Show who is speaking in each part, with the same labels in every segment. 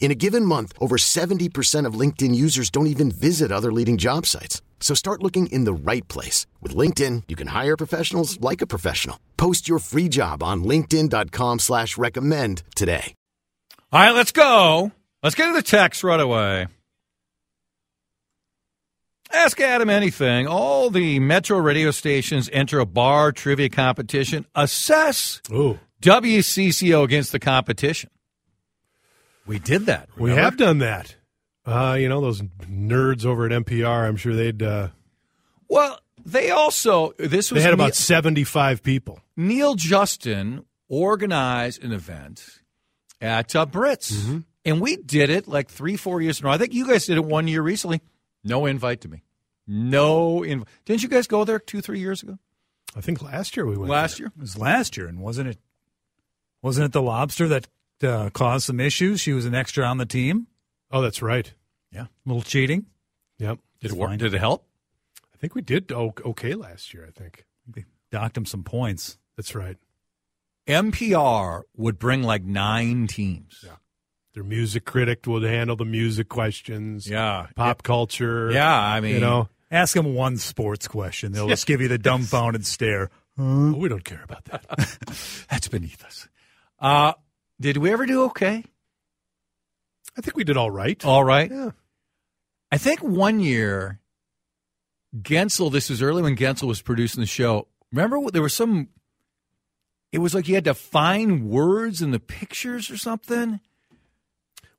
Speaker 1: In a given month, over 70% of LinkedIn users don't even visit other leading job sites. So start looking in the right place. With LinkedIn, you can hire professionals like a professional. Post your free job on linkedin.com slash recommend today.
Speaker 2: All right, let's go. Let's get to the text right away. Ask Adam anything. All the metro radio stations enter a bar trivia competition. Assess
Speaker 3: Ooh,
Speaker 2: WCCO against the competition. We did that.
Speaker 3: we
Speaker 2: remember?
Speaker 3: have done that. Uh, you know those nerds over at NPR. I'm sure they'd. Uh,
Speaker 2: Well, they also this was
Speaker 3: they had
Speaker 2: Ne-
Speaker 3: about 75 people.
Speaker 2: Neil Justin organized an event at uh, Brits,
Speaker 3: Mm-hmm.
Speaker 2: and we did it like three, four years ago. I think you guys did it one year recently. No invite to me. No invite. Didn't you guys go there two, three years ago?
Speaker 3: I think last year we went.
Speaker 2: Last year?
Speaker 4: It was last year, and wasn't it? Wasn't it the lobster that uh, caused some issues? She was an extra on the team.
Speaker 3: Oh, that's right.
Speaker 4: Yeah, a little cheating.
Speaker 3: Yep.
Speaker 2: Did it
Speaker 4: It's
Speaker 2: work?
Speaker 4: fine.
Speaker 2: Did it help?
Speaker 3: I think we did o- okay last year. I think
Speaker 4: They docked him some points.
Speaker 3: that's right.
Speaker 2: NPR would bring like nine teams.
Speaker 3: Yeah. Their music critic would handle the music questions.
Speaker 2: Yeah.
Speaker 3: Pop culture.
Speaker 2: Yeah, I mean,
Speaker 3: you know,
Speaker 4: Ask him one sports question; they'll just give you the dumbfounded stare.
Speaker 3: oh, we don't care about that.
Speaker 2: that's beneath us. Uh, did we ever do okay?
Speaker 3: I think we did all right.
Speaker 2: All right.
Speaker 3: Yeah.
Speaker 2: I think one year, Gensel, this was early when Gensel was producing the show. Remember, what- there was some, it was like you had to find words in the pictures or something.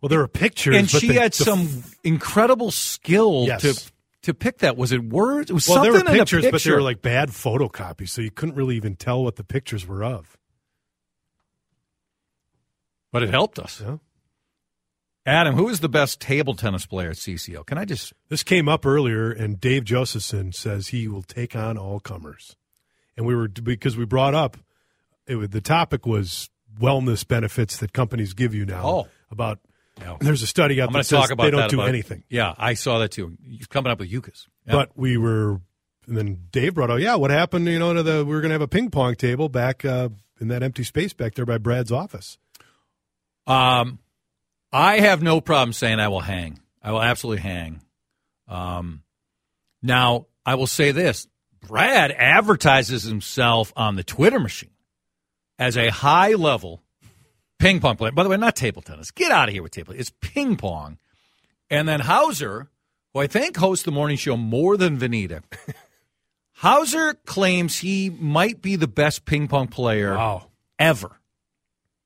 Speaker 3: Well, there were pictures,
Speaker 2: and
Speaker 3: but
Speaker 2: she
Speaker 3: the-
Speaker 2: had
Speaker 3: the-
Speaker 2: some incredible skill
Speaker 3: Yes.
Speaker 2: to to pick that. Was it words? It was
Speaker 3: Well, there
Speaker 2: something
Speaker 3: were pictures,
Speaker 2: in a picture.
Speaker 3: but they were like bad photocopies, so you couldn't really even tell what the pictures were of.
Speaker 2: But it helped us.
Speaker 3: Yeah.
Speaker 2: Adam, who is the best table tennis player at CCO? Can I just
Speaker 3: This came up earlier, and Dave Josephson says he will take on all comers. And we were because we brought up it, was- the topic was wellness benefits that companies give you now.
Speaker 2: Oh.
Speaker 3: about
Speaker 2: No.
Speaker 3: there's a study out
Speaker 2: I'm
Speaker 3: there
Speaker 2: going to talk
Speaker 3: says
Speaker 2: about
Speaker 3: they don't
Speaker 2: that
Speaker 3: do
Speaker 2: about-
Speaker 3: anything.
Speaker 2: Yeah, I saw that too. You're coming up with Yukas. Yeah.
Speaker 3: But we were, and then Dave brought up, yeah, what happened? You know, to the we were going to have a ping pong table back uh, in that empty space back there by Brad's office.
Speaker 2: Um, I have no problem saying I will hang. I will absolutely hang. Um, now I will say this: Brad advertises himself on the Twitter machine as a high-level ping pong player. By the way, not table tennis. Get out of here with table. It's ping pong. And then Hauser, who I think hosts the morning show more than Vanita. Hauser claims he might be the best ping pong player
Speaker 3: Oh,
Speaker 2: ever.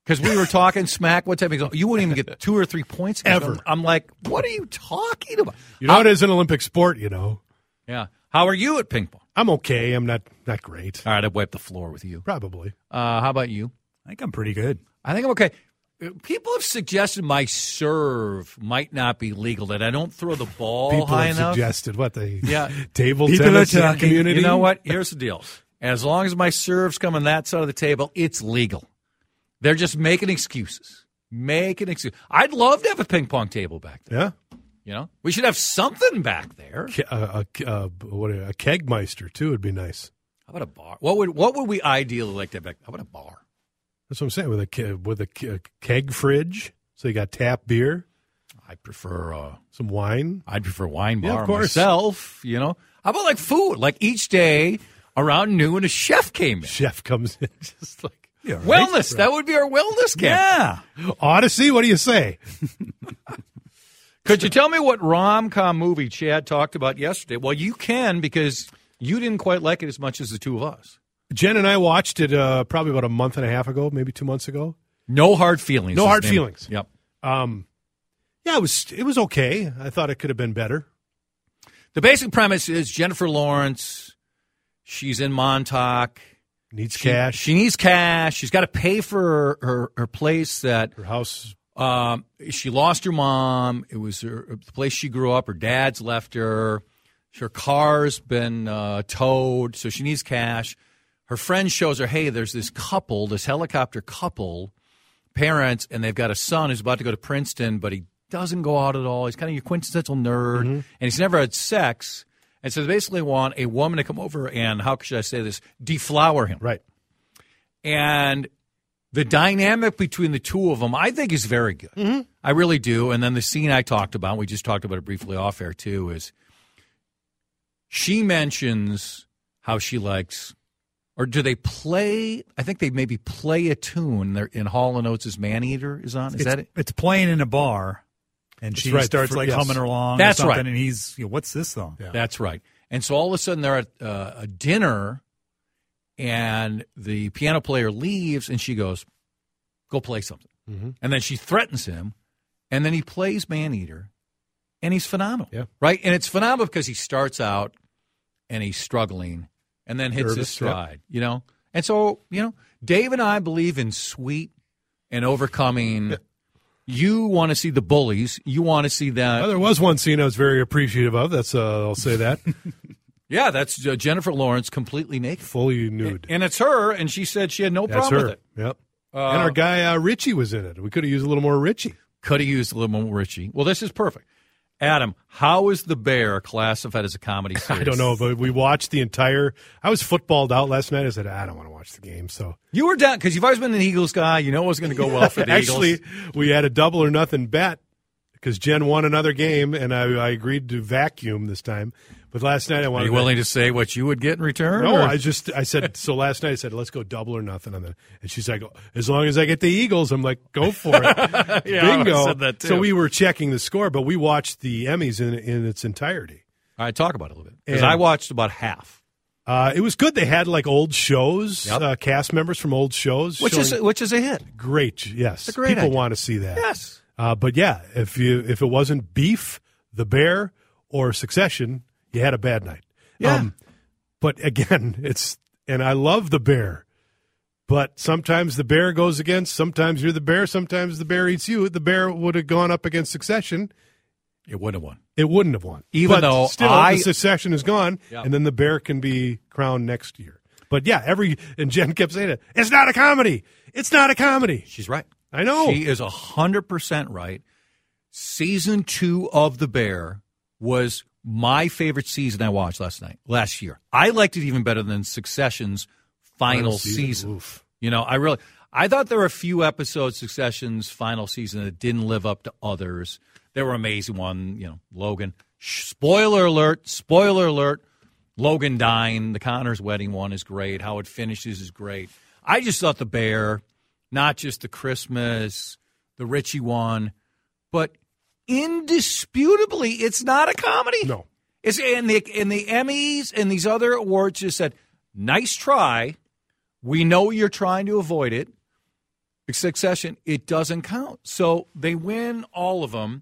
Speaker 2: Because we were talking smack. What time? He goes, You wouldn't even get two or three points against
Speaker 3: Ever.
Speaker 2: him." I'm like, what are you talking about?
Speaker 3: You know, it is an Olympic sport. You know,
Speaker 2: Yeah. How are you at ping pong?
Speaker 3: I'm okay. I'm not not great.
Speaker 2: All right, I wiped the floor with you.
Speaker 3: Probably.
Speaker 2: Uh, how about you?
Speaker 4: I think I'm pretty good.
Speaker 2: I think I'm okay. Uh, People have suggested my serve might not be legal. That I don't throw the ball
Speaker 3: People
Speaker 2: high
Speaker 3: have
Speaker 2: enough.
Speaker 3: suggested what the
Speaker 2: Yeah.
Speaker 3: table
Speaker 4: People
Speaker 3: tennis
Speaker 4: are talking.
Speaker 3: community.
Speaker 2: You know what? Here's the deal. As long as my serves come on that side of the table, it's legal. They're just making excuses. Making excuses. I'd love to have a ping pong table back there.
Speaker 3: Yeah,
Speaker 2: You know, we should have something back there.
Speaker 3: Ke- uh, a, a, a what a, a kegmeister too would be nice.
Speaker 2: How about a bar? What would what would we ideally like to have back? How about a bar?
Speaker 3: That's what I'm saying with a ke- with a ke- a keg fridge. So you got tap beer,
Speaker 2: I prefer uh,
Speaker 3: some wine.
Speaker 2: I'd prefer wine
Speaker 3: Yeah,
Speaker 2: bar
Speaker 3: of course.
Speaker 2: myself. You know, how about like food? Like each day around noon, a chef came in.
Speaker 3: Chef comes in.
Speaker 2: Just like
Speaker 4: Yeah, right.
Speaker 2: wellness. That would be our wellness camp.
Speaker 4: Yeah,
Speaker 3: Odyssey, what do you say?
Speaker 2: Could you tell me what rom com movie Chad talked about yesterday? Well, you can because you didn't quite like it as much as the two of us.
Speaker 3: Jen and I watched it uh, probably about a month and a half ago, maybe two months ago.
Speaker 2: No hard feelings.
Speaker 3: No
Speaker 2: is
Speaker 3: hard
Speaker 2: the name.
Speaker 3: feelings.
Speaker 2: Yep.
Speaker 3: Um, yeah, it was it was okay. I thought it could have been better.
Speaker 2: The basic premise is Jennifer Lawrence. She's in Montauk.
Speaker 3: Needs
Speaker 2: She-
Speaker 3: cash.
Speaker 2: She needs cash. She's got to pay for her, her, her place that
Speaker 3: her house.
Speaker 2: um, she lost her mom. It was her, the place she grew up. Her dad's left her. Her car's been uh, towed, so she needs cash. Her friend shows her, hey, there's this couple, this helicopter couple, parents, and they've got a son who's about to go to Princeton, but he doesn't go out at all. He's kind of your quintessential nerd, and he's never had sex. And so they basically want a woman to come over and, how should I say this, deflower him
Speaker 3: Right.
Speaker 2: and the dynamic between the two of them, I think, is very good. I really do. And then the scene I talked about, we just talked about it briefly off air too, is she mentions how she likes, or do they play? I think they maybe play a tune. They're in Hall and Oates' Man Eater is on. Is
Speaker 4: it's,
Speaker 2: that it?
Speaker 4: It's playing in a bar, and
Speaker 3: That's
Speaker 4: she
Speaker 3: right.
Speaker 4: starts
Speaker 3: For-
Speaker 4: like
Speaker 3: yes.
Speaker 4: humming along.
Speaker 2: That's
Speaker 4: or something,
Speaker 2: right.
Speaker 4: And he's, you know, what's this song?
Speaker 3: Yeah.
Speaker 2: That's right. And so all of a sudden they're at uh, a dinner, and the piano player leaves, and she goes, "Go play something."
Speaker 3: Mhm.
Speaker 2: And then she threatens him, and then he plays Man Eater, and he's phenomenal.
Speaker 3: Yeah.
Speaker 2: Right. And it's phenomenal because he starts out and he's struggling, and then hits his
Speaker 3: Nervous, yeah.
Speaker 2: stride. You know. And so you know, Dave and I believe in sweet and overcoming. You want to see the bullies. You want to see them.
Speaker 3: Well, there was one scene I was very appreciative of. That's uh, I'll say that
Speaker 2: Yeah, that's uh, Jennifer Lawrence completely naked.
Speaker 3: fully nude.
Speaker 2: And it's her, and she said she had no
Speaker 3: That's
Speaker 2: problem
Speaker 3: her.
Speaker 2: with it.
Speaker 3: Yep.
Speaker 2: Uh,
Speaker 3: and our guy uh, Richie was in it. We could have used a little more Richie.
Speaker 2: Could have used a little more Richie. Well, this is perfect. Adam, how is The Bear classified as a comedy series?
Speaker 3: I don't know, but we watched the entire. I was footballed out last night. I said I don't want to watch the game. So
Speaker 2: You were down because you've always been an Eagles guy. You know it was going to go well for the
Speaker 3: actually,
Speaker 2: Eagles.
Speaker 3: we had a double or nothing bet because Jen won another game, and I, I agreed to vacuum this time. But last night I
Speaker 2: Are
Speaker 3: wanted.
Speaker 2: you willing to say what you would get in
Speaker 3: To,
Speaker 2: return?
Speaker 3: no,
Speaker 2: or-
Speaker 3: I just I said so last night. I said let's go double or nothing on that, and she's like, as long as I get the Eagles, I'm like, go for it,
Speaker 2: Yeah, I
Speaker 3: bingo.
Speaker 2: said that, too.
Speaker 3: So we were checking the score, but we watched the Emmys in in its entirety.
Speaker 2: All right, talk about it a little bit. Because
Speaker 3: And-
Speaker 2: I watched about half,
Speaker 3: Uh, it was good. They had like old shows,
Speaker 2: Yep.
Speaker 3: uh, cast members from old shows,
Speaker 2: which is
Speaker 3: showing-
Speaker 2: which is a hit.
Speaker 3: great. Yes,
Speaker 2: It's a great
Speaker 3: people
Speaker 2: idea.
Speaker 3: want to see that.
Speaker 2: Yes.
Speaker 3: uh, but yeah, if you if it wasn't Beef, The Bear, or Succession, you had a bad night. Um,
Speaker 2: Yeah.
Speaker 3: but again, it's and I love The Bear, but sometimes The Bear goes against. Sometimes you're The Bear. Sometimes The Bear eats you. The Bear would have gone up against Succession.
Speaker 2: It would have won.
Speaker 3: It wouldn't have won.
Speaker 2: Even
Speaker 3: But
Speaker 2: though
Speaker 3: still
Speaker 2: I-
Speaker 3: the succession is gone,
Speaker 2: Yeah.
Speaker 3: and then the bear can be crowned next year. But yeah, every and Jen kept saying it. It's not a comedy. It's not a comedy.
Speaker 2: She's right.
Speaker 3: I know.
Speaker 2: She is 100% right. Season two of The Bear was my favorite season I watched last night, last year. I liked it even better than Succession's final, season.
Speaker 3: Oof.
Speaker 2: You know, I really, I thought there were a few episodes, Succession's final season, that didn't live up to others. There were amazing one, you know, Logan. Sh- Spoiler alert, spoiler alert. Logan dying, the Connors wedding one is great. How it finishes is great. I just thought the bear, not just the Christmas, the Richie one, but indisputably, it's not a comedy.
Speaker 3: No.
Speaker 2: It's and the and the Emmys and these other awards just said, nice try. We know you're trying to avoid it. Succession, it doesn't count. So they win all of them.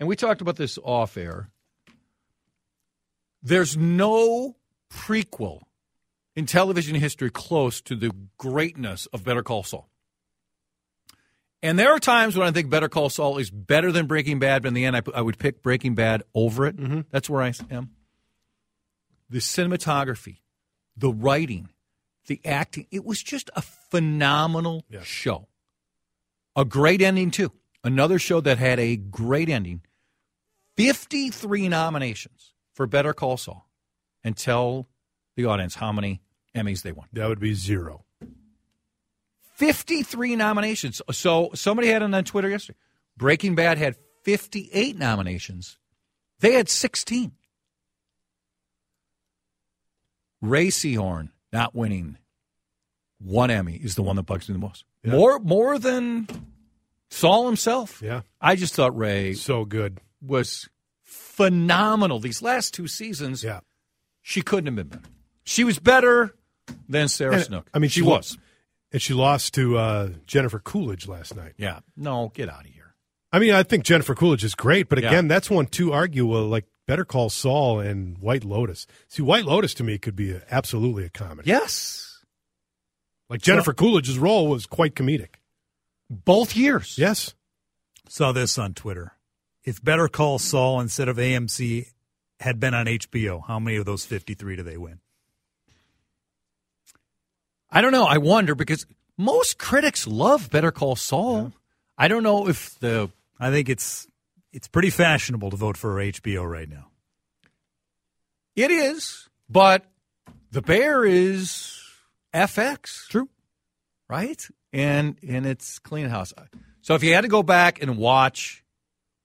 Speaker 2: And we talked about this off air. There's no prequel in television history close to the greatness of Better Call Saul. And there are times when I think Better Call Saul is better than Breaking Bad, but in the end, I, I would pick Breaking Bad over it. That's where I am. The cinematography, the writing, the acting, it was just a phenomenal
Speaker 3: Yeah.
Speaker 2: show. A great ending, too. Another show that had a great ending. 53 nominations for Better Call Saul. And tell the audience how many Emmys they won.
Speaker 3: That would be zero.
Speaker 2: 53 nominations. So somebody had it on Twitter yesterday. Breaking Bad had 58 nominations. They had 16. Ray Seahorn not winning one Emmy is the one that bugs me the most.
Speaker 3: Yeah.
Speaker 2: More more than Saul himself.
Speaker 3: Yeah.
Speaker 2: I just thought Ray
Speaker 3: So good.
Speaker 2: was phenomenal. These last two seasons,
Speaker 3: Yeah.
Speaker 2: she couldn't have been better. She was better than Sarah
Speaker 3: And,
Speaker 2: Snook.
Speaker 3: I mean,
Speaker 2: she,
Speaker 3: she
Speaker 2: was.
Speaker 3: And she lost to uh, Jennifer Coolidge last night.
Speaker 2: Yeah. No, get out of here.
Speaker 3: I mean, I think Jennifer Coolidge is great, but
Speaker 2: Yeah.
Speaker 3: again, that's one to argue well, like Better Call Saul and White Lotus. See, White Lotus to me could be a, absolutely a comedy.
Speaker 2: Yes.
Speaker 3: Like Jennifer Coolidge's role was quite comedic.
Speaker 2: Both years.
Speaker 3: Yes.
Speaker 4: Saw this on Twitter. If Better Call Saul instead of AMC had been on HBO, how many of those 53 do they win?
Speaker 2: I don't know. I wonder because most critics love Better Call Saul. I don't know if the
Speaker 4: I think it's it's pretty fashionable to vote for HBO right now.
Speaker 2: it is, but the bear is FX. True. Right? And and it's clean house. So if you had to go back and watch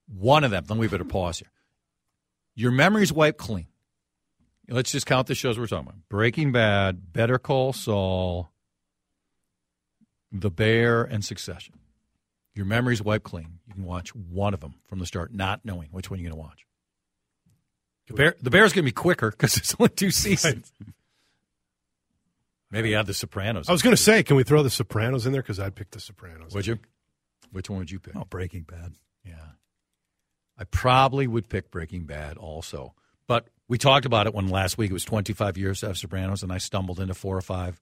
Speaker 2: one of them, then we better pause here. Your memory's wiped clean. Let's just count the shows we're talking about. Breaking Bad, Better Call Saul, The Bear, and Succession. Your memory's wiped clean. You can watch one of them from the start, not knowing which one you're going to watch. The, bear, the Bear's going to be quicker because it's only two seasons. Maybe add The Sopranos.
Speaker 3: I was going to say, can we throw The Sopranos in there? Because I'd pick The Sopranos.
Speaker 2: Would you? Which one would you pick?
Speaker 4: Oh, Breaking Bad.
Speaker 2: Yeah. I probably would pick Breaking Bad also. But we talked about it when last week it was 25 years of Sopranos, and I stumbled into four or five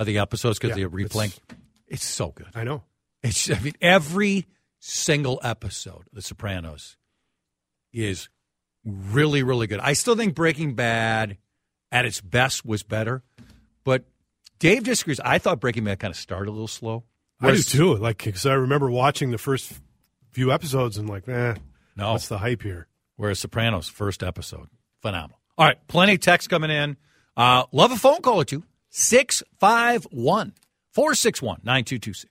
Speaker 2: of the episodes because
Speaker 3: Yeah,
Speaker 2: they were replaying. It's, so good.
Speaker 3: I know.
Speaker 2: It's I mean, every single episode of The Sopranos is really, really good. I still think Breaking Bad at its best was better, but Dave disagrees. I thought Breaking Bad kind of started a little slow.
Speaker 3: I do too. Like, because I remember watching the first few episodes and like, eh,
Speaker 2: No.
Speaker 3: what's the hype here?
Speaker 2: Whereas Sopranos, first episode, phenomenal. All right, plenty of text coming in. Uh, love a phone call or two. 651 461 9226.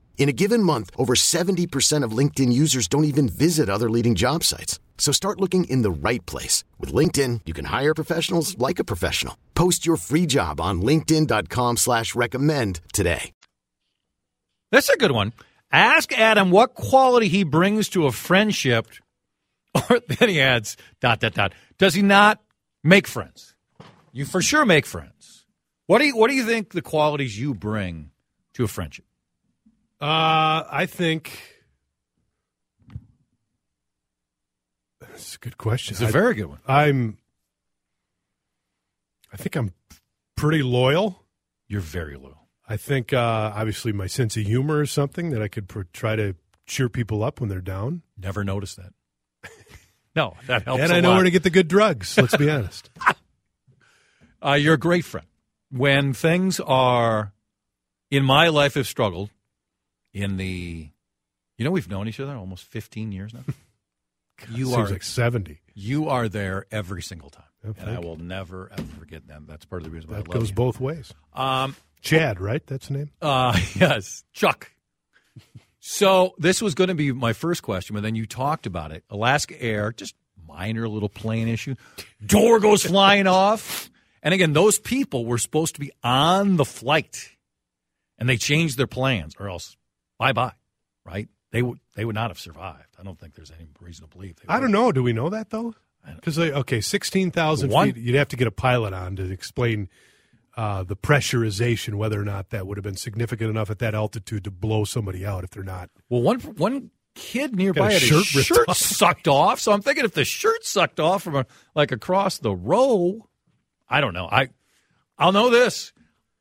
Speaker 1: In a given month, over 70% of LinkedIn users don't even visit other leading job sites. So start looking in the right place. With LinkedIn, you can hire professionals like a professional. Post your free job on linkedin.com/recommend slash recommend today.
Speaker 2: That's a good one. Ask Adam what quality he brings to a friendship. Or then he adds, dot, dot, dot. Does he not make friends? You for sure make friends. What do you, what do you think the qualities you bring to a friendship?
Speaker 3: Uh, I think that's a good question.
Speaker 2: It's a
Speaker 3: I-
Speaker 2: very good one.
Speaker 3: I'm. I think I'm pretty loyal.
Speaker 2: You're very loyal.
Speaker 3: I think uh, obviously my sense of humor is something that I could pr- try to cheer people up when they're down.
Speaker 2: Never noticed that. no, that helps.
Speaker 3: and
Speaker 2: I
Speaker 3: I know where to get the good drugs. Let's be honest.
Speaker 2: Uh, you're a great friend. When things are in my life have struggled in the, you know, we've known each other almost 15 years now. you
Speaker 3: Seems
Speaker 2: are
Speaker 3: like seventy.
Speaker 2: you are there every single time,
Speaker 3: Yep,
Speaker 2: and I
Speaker 3: thank you.
Speaker 2: will never ever forget them. That's part of the reason why
Speaker 3: That
Speaker 2: I love
Speaker 3: goes
Speaker 2: you.
Speaker 3: both ways.
Speaker 2: um,
Speaker 3: Chad, right? That's the name.
Speaker 2: uh, yes, Chuck. So this was going to be my first question, but then you talked about it. Alaska Air, just minor little plane issue. Door goes flying off. And again, those people were supposed to be on the flight, and they changed their plans, or else bye bye, right? They would they would not have survived. I don't think there's any reason to believe. They
Speaker 3: I don't know. Do we know that though? Because okay, sixteen thousand
Speaker 2: One-
Speaker 3: feet. You'd have to get a pilot on to explain uh, the pressurization, whether or not that would have been significant enough at that altitude to blow somebody out if they're not.
Speaker 2: Well, one one kid nearby had
Speaker 3: shirt
Speaker 2: his
Speaker 3: ripped
Speaker 2: shirt
Speaker 3: off.
Speaker 2: sucked off. So I'm thinking if the shirt sucked off from a, like across the row, I don't know. I I'll know this.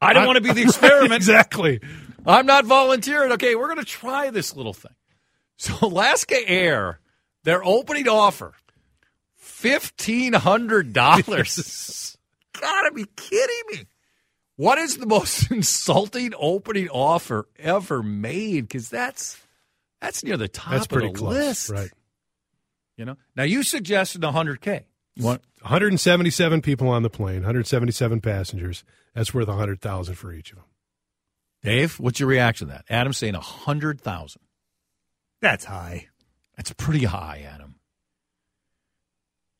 Speaker 2: I don't want to be the experiment.
Speaker 3: exactly.
Speaker 2: I'm not volunteering. Okay, we're going to try this little thing. So Alaska Air, their opening offer, fifteen hundred dollars. Gotta be kidding me! What is the most insulting opening offer ever made? Because that's that's near the top
Speaker 3: That's pretty
Speaker 2: of the
Speaker 3: close,
Speaker 2: list,
Speaker 3: right?
Speaker 2: You know. Now you suggested hundred k.
Speaker 3: One hundred and seventy-seven people on the plane, 177 passengers. That's worth 100,000 for each of them.
Speaker 2: Dave, what's your reaction to that? Adam's saying hundred thousand.
Speaker 4: That's high.
Speaker 2: That's pretty high, Adam.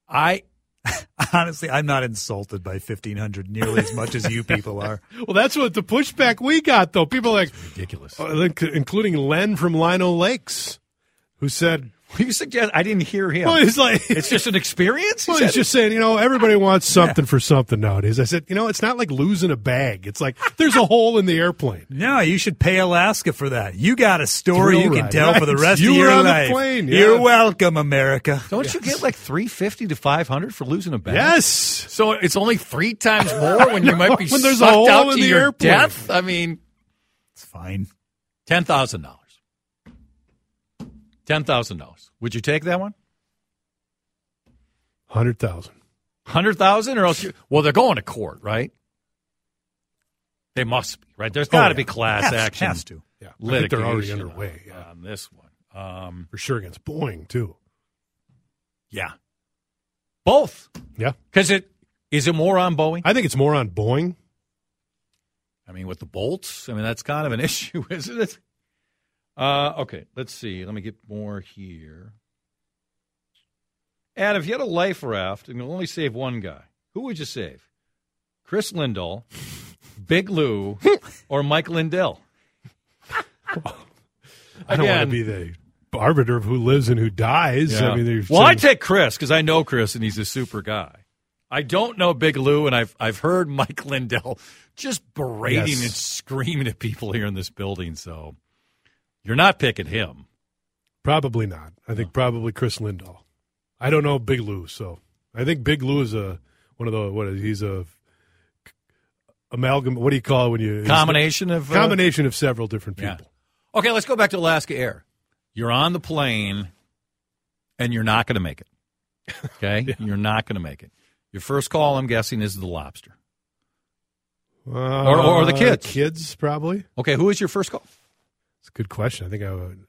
Speaker 2: I
Speaker 4: Honestly, I'm not insulted by 1500 nearly as much as you people are.
Speaker 3: Well, that's what the pushback we got though. People like,
Speaker 2: ridiculous.
Speaker 3: uh, like, including Len from Lino Lakes, who said,
Speaker 2: You suggest I didn't hear him.
Speaker 3: "Well, he's like."
Speaker 2: it's just an experience. he
Speaker 3: Well, he's
Speaker 2: said?
Speaker 3: just saying, you know, everybody wants something for something nowadays. I said, you know, it's not like losing a bag. It's like there's a hole in the airplane.
Speaker 4: No, you should pay Alaska for that. You got a story
Speaker 3: Thrill
Speaker 4: you can
Speaker 3: ride,
Speaker 4: tell
Speaker 3: right.
Speaker 4: for the rest
Speaker 3: You
Speaker 4: of
Speaker 3: were
Speaker 4: your
Speaker 3: on the
Speaker 4: life.
Speaker 3: plane, yeah.
Speaker 4: You're welcome, America.
Speaker 2: don't you get like three fifty to five hundred for losing a bet?
Speaker 3: Yes.
Speaker 2: So it's only three times more when you might be
Speaker 3: When there's a
Speaker 2: sucked
Speaker 3: hole
Speaker 2: out
Speaker 3: in
Speaker 2: to
Speaker 3: the
Speaker 2: your
Speaker 3: airplane.
Speaker 2: death. I mean,
Speaker 4: It's fine.
Speaker 2: ten thousand dollars. Ten thousand dollars. Would you take that one?
Speaker 3: 100,000.
Speaker 2: Hundred thousand, or else? You, well, they're going to court, right? They must be right. There's got Oh, to
Speaker 3: yeah.
Speaker 2: be class
Speaker 4: Oh, Has-
Speaker 2: action
Speaker 4: has to.
Speaker 3: Yeah. I think
Speaker 2: litigation
Speaker 3: they're already underway. Yeah.
Speaker 2: on this one. Um,
Speaker 3: For sure against Boeing, too.
Speaker 2: yeah, both
Speaker 3: Yeah.
Speaker 2: because it is it more on Boeing.
Speaker 3: I think it's more on Boeing.
Speaker 2: I mean, with the bolts, I mean, that's kind of an issue, isn't it? Uh, okay, let's see. Let me get more here. And if you had a life raft and you'll only save one guy, who would you save? Chris Lindahl, Big Lou, or Mike Lindell?
Speaker 3: I don't want
Speaker 2: Again.
Speaker 3: to be the arbiter of who lives and who dies. I mean, there's
Speaker 2: well, I
Speaker 3: some-
Speaker 2: take Chris because I know Chris and he's a super guy. I don't know Big Lou, and I've I've heard Mike Lindell just berating
Speaker 3: Yes.
Speaker 2: and screaming at people here in this building. So you're not picking him.
Speaker 3: probably not. I think probably Chris Lindahl. I don't know Big Lou, so I think Big Lou is a one of the what is he's a amalgam. What do you call it when you
Speaker 2: combination of uh,
Speaker 3: combination of several different
Speaker 2: Yeah.
Speaker 3: people.
Speaker 2: Okay, let's go back to Alaska Air. You're on the plane, and you're not going to make it. Okay, you're not going to make it. Your first call, I'm guessing, is the lobster.
Speaker 3: Uh,
Speaker 2: Or- or the kids.
Speaker 3: Kids, probably.
Speaker 2: Okay, who is your first call?
Speaker 3: It's a good question. I think I would.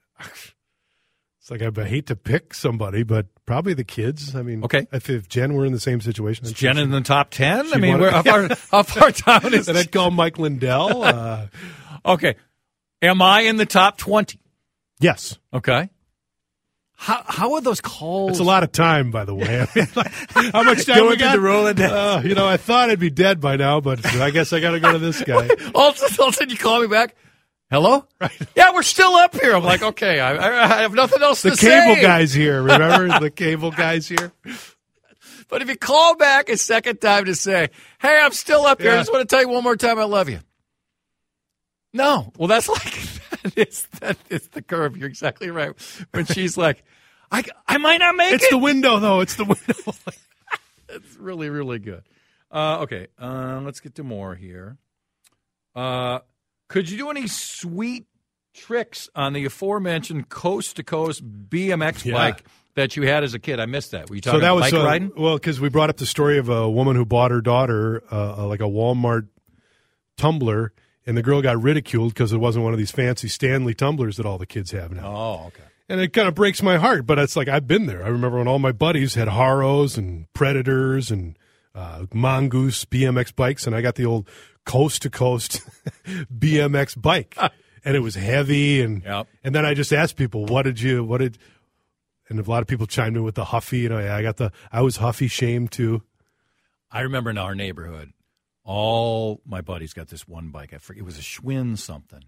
Speaker 3: It's like I'd hate to pick somebody, but probably the kids. I mean,
Speaker 2: Okay.
Speaker 3: if, if Jen were in the same situation,
Speaker 2: Is
Speaker 3: then
Speaker 2: Jen in the top ten? I
Speaker 3: she
Speaker 2: mean,
Speaker 3: wanted-
Speaker 2: where, how far how far down is
Speaker 3: then I'd call Mike Lindell. Uh,
Speaker 2: Okay, am I in the top twenty?
Speaker 3: yes,
Speaker 2: Okay, how how are those calls?
Speaker 3: it's a lot of time, by the way. I mean, like, how much time we
Speaker 4: through
Speaker 3: got?
Speaker 4: the Rolodex.
Speaker 3: Uh, you know, I thought I'd be dead by now, but I guess I got to go to this guy.
Speaker 2: all of a sudden all of a sudden you call me back. Hello? Right. Yeah, we're still up here. I'm like, okay, I, I, I have nothing else
Speaker 3: The
Speaker 2: to say.
Speaker 3: cable guy's here. Remember the cable guy's here.
Speaker 2: But if you call back a second time to say, "Hey, I'm still up here. I
Speaker 3: Yeah.
Speaker 2: just want to tell you one more time I love you." No, well, that's like that is that is the curve. You're exactly right. When she's like, "I I might not make
Speaker 3: It's
Speaker 2: it."
Speaker 3: the window, though. It's the window.
Speaker 2: It's really really good. Uh, okay, uh, let's get to more here. Uh, could you do any sweet tricks on the aforementioned coast to coast BMX
Speaker 3: Yeah.
Speaker 2: bike that you had as a kid? I missed that. Were you talking about bike
Speaker 3: uh,
Speaker 2: riding?
Speaker 3: Well, because we brought up the story of a woman who bought her daughter uh, uh, like a Walmart tumbler, and the girl got ridiculed because it wasn't one of these fancy Stanley tumblers that all the kids have now.
Speaker 2: Oh, okay.
Speaker 3: And it kind of breaks my heart, but it's like I've been there. I remember when all my buddies had Haros and Predators and uh, Mongoose BMX bikes, and I got the old coast to coast BMX bike, and it was heavy. And
Speaker 2: Ah. Yep.
Speaker 3: and then I just asked people, "What did you? What did?" And a lot of people chimed in with the Huffy. You know, I got the I was Huffy shamed too.
Speaker 2: I remember in our neighborhood, all my buddies got this one bike. I forget it was a Schwinn something,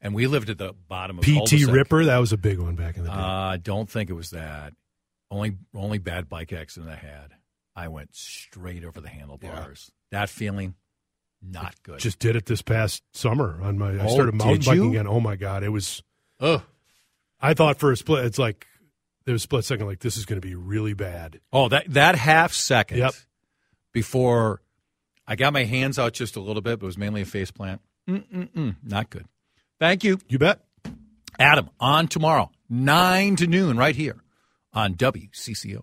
Speaker 2: and we lived at the bottom of
Speaker 3: PT
Speaker 2: cul-de-sac.
Speaker 3: Ripper, that was a big one back in the day.
Speaker 2: Uh, I don't think it was that. Only only bad bike accident I had. I went straight over the handlebars. That feeling, not good.
Speaker 3: Just did it this past summer on my. I
Speaker 2: Oh,
Speaker 3: started mountain
Speaker 2: did
Speaker 3: biking
Speaker 2: you?
Speaker 3: again. Oh my god, it was.
Speaker 2: Ugh.
Speaker 3: I thought for a split, it's like there was a split second, like this is going to be really bad.
Speaker 2: Oh, that that half second
Speaker 3: Yep.
Speaker 2: before I got my hands out just a little bit, but it was mainly a face plant. Mm-mm-mm, not good. Thank you,
Speaker 3: You bet.
Speaker 2: Adam. On tomorrow, nine to noon, right here on WCCO.